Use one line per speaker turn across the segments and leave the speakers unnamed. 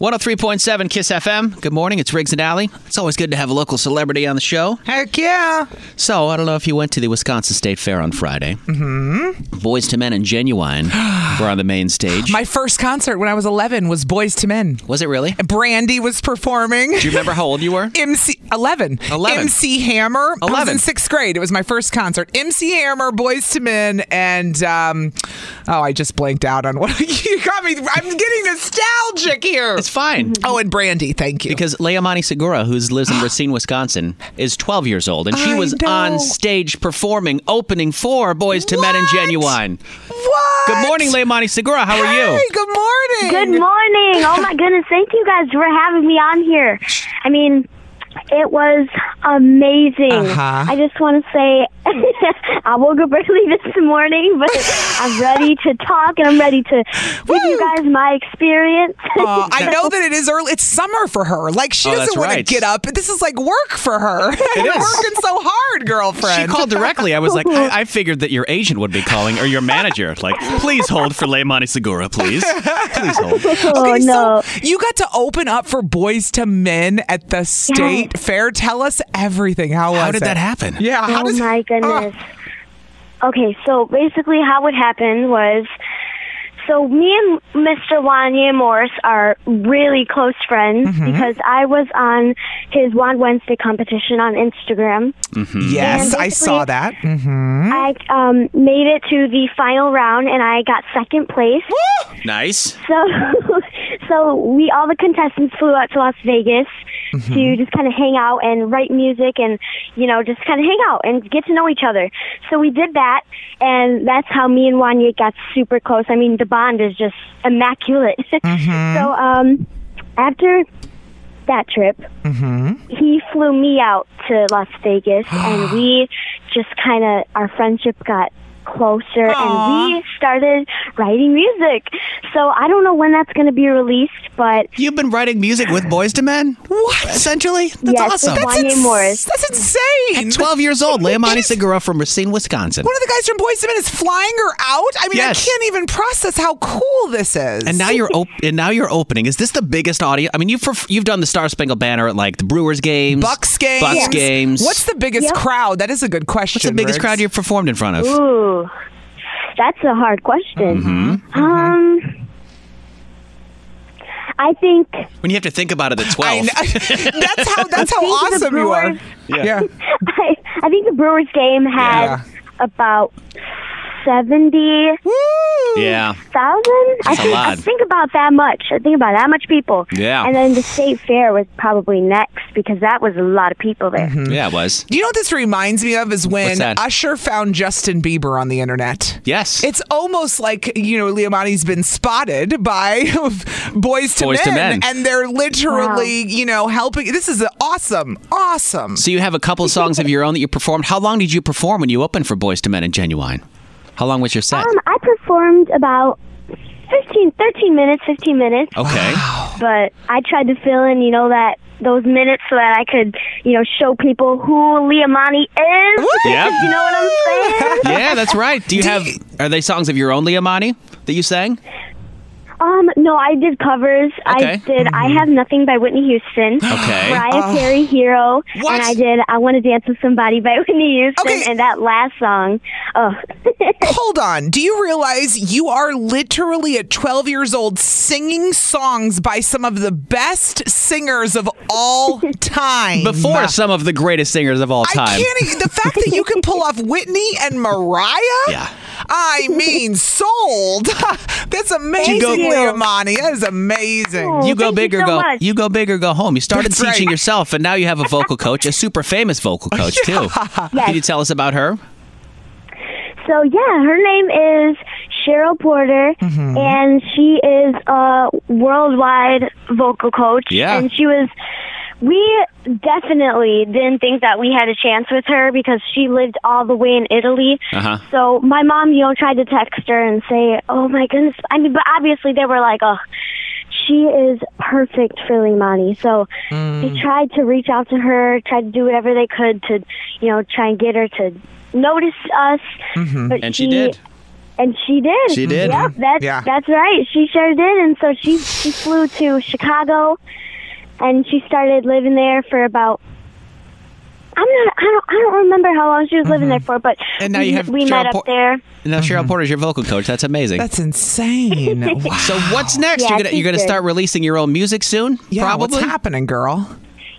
103.7 Kiss FM. Good morning. It's Riggs and Alley. It's always good to have a local celebrity on the show.
Heck yeah.
So, I don't know if you went to the Wisconsin State Fair on Friday. Mm-hmm. Boys to Men and Genuine were on the main stage.
My first concert when I was 11 was Boys to Men.
was it really? Do
Brandy was performing.
you remember how old you were?
MC 11.
11.
MC Hammer. I was
11.
in sixth grade. It was my first concert. MC Hammer, Boys to Men, and um, oh, I just blanked out on what you got me. I'm getting nostalgic here.
It's fine.
oh, and Brandy, thank you.
Because Leomani Segura, who lives in Racine, Wisconsin, is 12 years old, and she
I
was
know.
on stage performing, opening for Boys to Men and
What?
Genuine.
what?
Good morning, Leomani Segura. How are you?
Hey, good morning.
Good morning. Oh my goodness. Thank you guys for having me on here. I mean, it was amazing.
Uh-huh.
I just want to say I woke up early this morning, but I'm ready to talk and I'm ready to give you guys my experience.
Aw, I know that it is early. It's summer for her. Like she
Oh, that's
doesn't want
right.
to get up. This is like work for her.
is.
You're working so hard, girlfriend.
She called directly. I was like, I, I figured that your agent would be calling or your manager. Like, please hold for Leimani Segura, please. Please hold.
oh
Okay,
no.
so you got to open up for Boys to Men at the state fair. Tell us everything. How,
How
was
did
it?
that happen?
Yeah. How Ah.
oh
did,
my goodness. Okay, so basically, how it happened was, so me and Mr. Wanya Morris are really close friends because I was on his Wand Wednesday competition on Instagram.
Ah. yes,
Mm-hmm. And
I saw
basically-
that. Mhm.
I um, made it to the final round and I got second place.
Nice.
So, so we all the contestants flew out to Las Vegas to just kind of hang out and write music and you know just kind of hang out and get to know each other. So we did that, and that's how me and Wanya got super close. I mean, the bond is just immaculate. so um, after that trip, he flew me out to Las Vegas, and we just kind of our friendship got closer, and we started writing music. So I don't know when that's going to be released, but
You've been writing music with Boys to Men? What? Essentially? That's
Yes,
awesome.
it's Wanya Morris.
That's insane.
12 years old, Leimani Segura from Racine, Wisconsin.
One of the guys from Boys to Men is flying her out. I mean,
Yes.
I can't even process how cool this is.
And now you're op- and now you're opening. Is this the biggest audience? I mean, you've perf- you've done the Star Spangled Banner at like the Brewers games,
Bucks games.
Bucks games.
What's the biggest
Yep.
crowd? That is a good question.
What's the biggest
Riggs.
crowd you've performed in front of?
ooh, that's a hard question. Um, I think
When you have to think about it at
I
12.
know. that's how. That's how
think the
awesome you are.
Brewers-
Yeah.
I, I think the Brewers game had
Yeah.
about seventy
Woo.
Yeah.
thousand. I
That's a
think, I
lot.
think about that much. I think about that much people.
Yeah.
And then the state fair was probably next because that was a lot of people there.
Yeah, it was.
You know what this reminds me of is when
What's that?
Usher found Justin Bieber on the internet.
Yes.
It's almost like, you know, Leomani's been spotted by boys to,
Boys
men,
to Men.
And they're literally, you know, helping. This is awesome. Awesome.
So you have a couple songs of your own that you performed. How long did you perform when you opened for Boys to Men and Genuine? How long was your set?
Um, I performed about 15, 13 minutes, 15 minutes,
okay.
but I tried to fill in, you know, that those minutes so that I could, you know, show people who Leomani is.
Yep.
You know uh, what I'm saying?
Yeah, that's right. Do you have are they songs of your own, Leomani, that you sang?
Um, No, I did covers. I
Okay.
did I Have Nothing by Whitney Houston.
Okay.
Mariah Carey Hero.
What?
And I did I Wanna Dance with Somebody by Whitney Houston
Okay.
and that last song. Oh
Hold on. Do you realize you are literally at 12 years old singing songs by some of the best singers of all time?
Before some of the greatest singers of all time.
I can't. e- The fact that you can pull off Whitney and Mariah.
Yeah.
I mean, sold. That's amazing,
go-
Leomani. That is amazing.
Oh,
You go
thank
big
you
or
so
go
much.
you go big or go home. You started
That's
teaching
right.
yourself and now you have a vocal coach, a super famous vocal coach too. Can you tell us about her?
So yeah, her name is Cheryl Porter, and she is a worldwide vocal coach.
Yeah.
and she was. We definitely didn't think that we had a chance with her because she lived all the way in Italy.
Uh-huh.
So my mom, you know, tried to text her and say, "Oh my goodness!" I mean, but obviously they were like, "Oh, she is perfect for Limani." So
Hmm.
they tried to reach out to her, tried to do whatever they could to, you know, try and get her to notice us. But
And she did.
And she did.
Mm-hmm. She did.
Yep, that's
Yeah.
that's right. She sure did. And so she she flew to Chicago, and she started living there for about. I'm not. I don't. I don't remember how long she was living there for, but
Mm-hmm. And now
we,
you have
we
Cheryl
met
Por-
up there.
Now Cheryl Porter's your vocal coach. That's amazing.
That's insane. Wow.
so what's next?
Yeah,
you're gonna
she's
you're gonna
good.
start releasing your own music soon?
yeah,
probably.
what's happening, girl?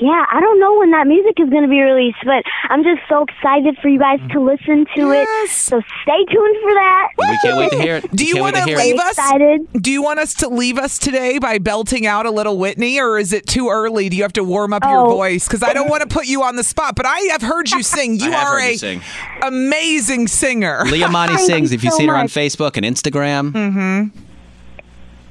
Yeah, I don't know when that music is going to be released, but I'm just so excited for you guys
Mm-hmm.
to listen to it.
Yes.
So stay tuned for that.
We can't wait to hear it.
Do
We
you
can't wait
want to
hear it.
leave
I'm
us?
excited.
Do you want us to leave us today by belting out a little Whitney, or is it too early? Do you have to warm up your
Oh.
voice? Because I don't want to put you on the spot, but I have heard you sing. You
have
are
heard you
a
sing.
amazing singer.
Leomani
Thank you
sings. If you've
so
seen her on
much. Mm.
Facebook and Instagram,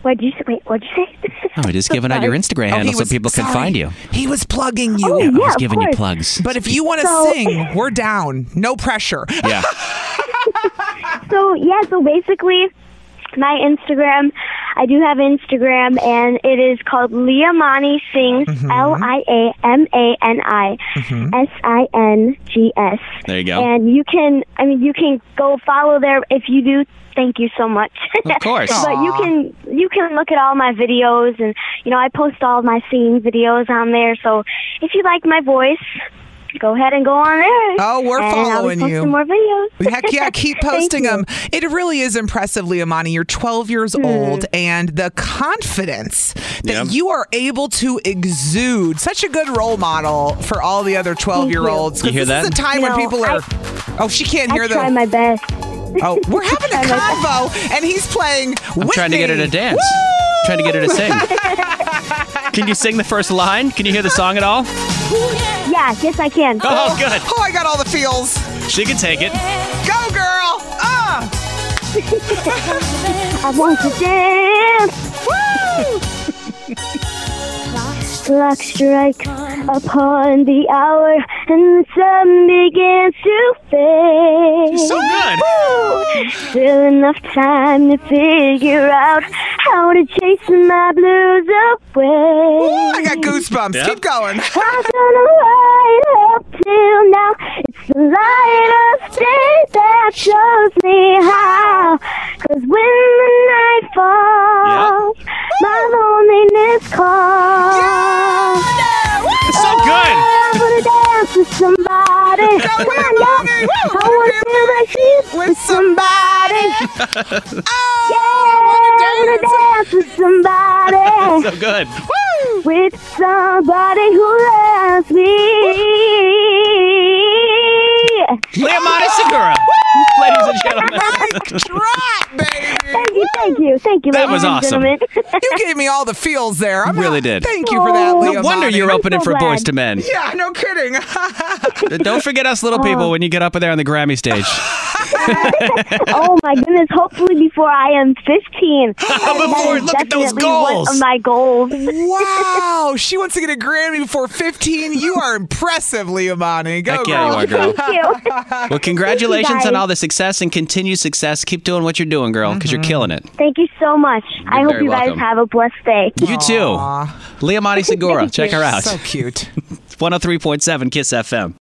What'd you say? Wait, what'd you say?
oh, just giving out your Instagram
Oh, he
handle so
was-
people can
sorry.
find you. Oh,
He was plugging you.
Yeah,
I was
of
giving you
course.
plugs.
But if you want to
So-
sing, we're down. No pressure.
yeah.
so yeah, so basically, my Instagram. I do have Instagram, and it is called Liamani Sings. L I A M A N I S I N G S.
There you go.
And you can, I mean, you can go follow there if you do. Thank you so much.
Of course.
but you can you can look at all my videos, and you know I post all my singing videos on there. So if you like my voice, go ahead and go on there.
Oh, we're
and
following
I'll be
you.
posting More videos.
Heck yeah, keep
Thank
posting
you. Hmm.
them. It really is impressive, Leomani. You're 12 years old, and the confidence that
Yeah.
you are able to exude such a good role model for all the other 12 year olds.
You hear
this is
that?
a time when
No,
people
I-
are. oh, she can't
I
hear
try
the.
my best.
oh, we're having a
I try my
convo, and he's playing.
I'm trying to get her to dance. Trying to get her to sing. Can you sing the first line? Can you hear the song at all?
Yeah, yes I can.
Oh, good.
Oh, I got all the feels.
She can take it.
Go, girl. Ah,
I want to dance.
woo.
Clock strikes upon the hour, and the sun begins to fade.
So good.
Woo! Still enough time to figure out how to chase my blues
Ooh,
away.
I got goosebumps.
Yeah.
Keep going.
I've been right up till now. It's the light of day that shows me how. Cause when the night falls, my loneliness calls.
It's so good.
I wanna dance with somebody.
Now we're
Why not?
longing. Woo,
I wanna feel like she's
With somebody.
I wanna dance with
So
somebody.
good.
with somebody who loves me.
Leomani Segura. Ladies and gentlemen.
Mic drop, baby.
Thank you, thank you, thank you.
That
ladies
was
and
awesome.
gentlemen.
You gave me all the feels there. I
Really did.
Thank you for that,
No
Leo.
No wonder you're
I'm
opening
so
for
glad.
Boys to Men.
Yeah, no kidding.
Don't forget us little people when you get up there on the Grammy stage.
oh my goodness! Hopefully, before I am 15. That is
look at those
definitely One
goals.
of my goals.
wow, she wants to get a Grammy before 15. You are impressive, Leomani. Go,
Heck yeah, you
girl.
are, girl.
Thank you.
Well, congratulations
guys. Mm-hmm.
on all the success and continued success. Keep doing what you're doing, girl, because you're killing it.
Thank you so much. I hope
very
you guys
welcome.
have a blessed day.
You too. Leomani Segura. Check her out.
So cute.
103.7 Kiss FM.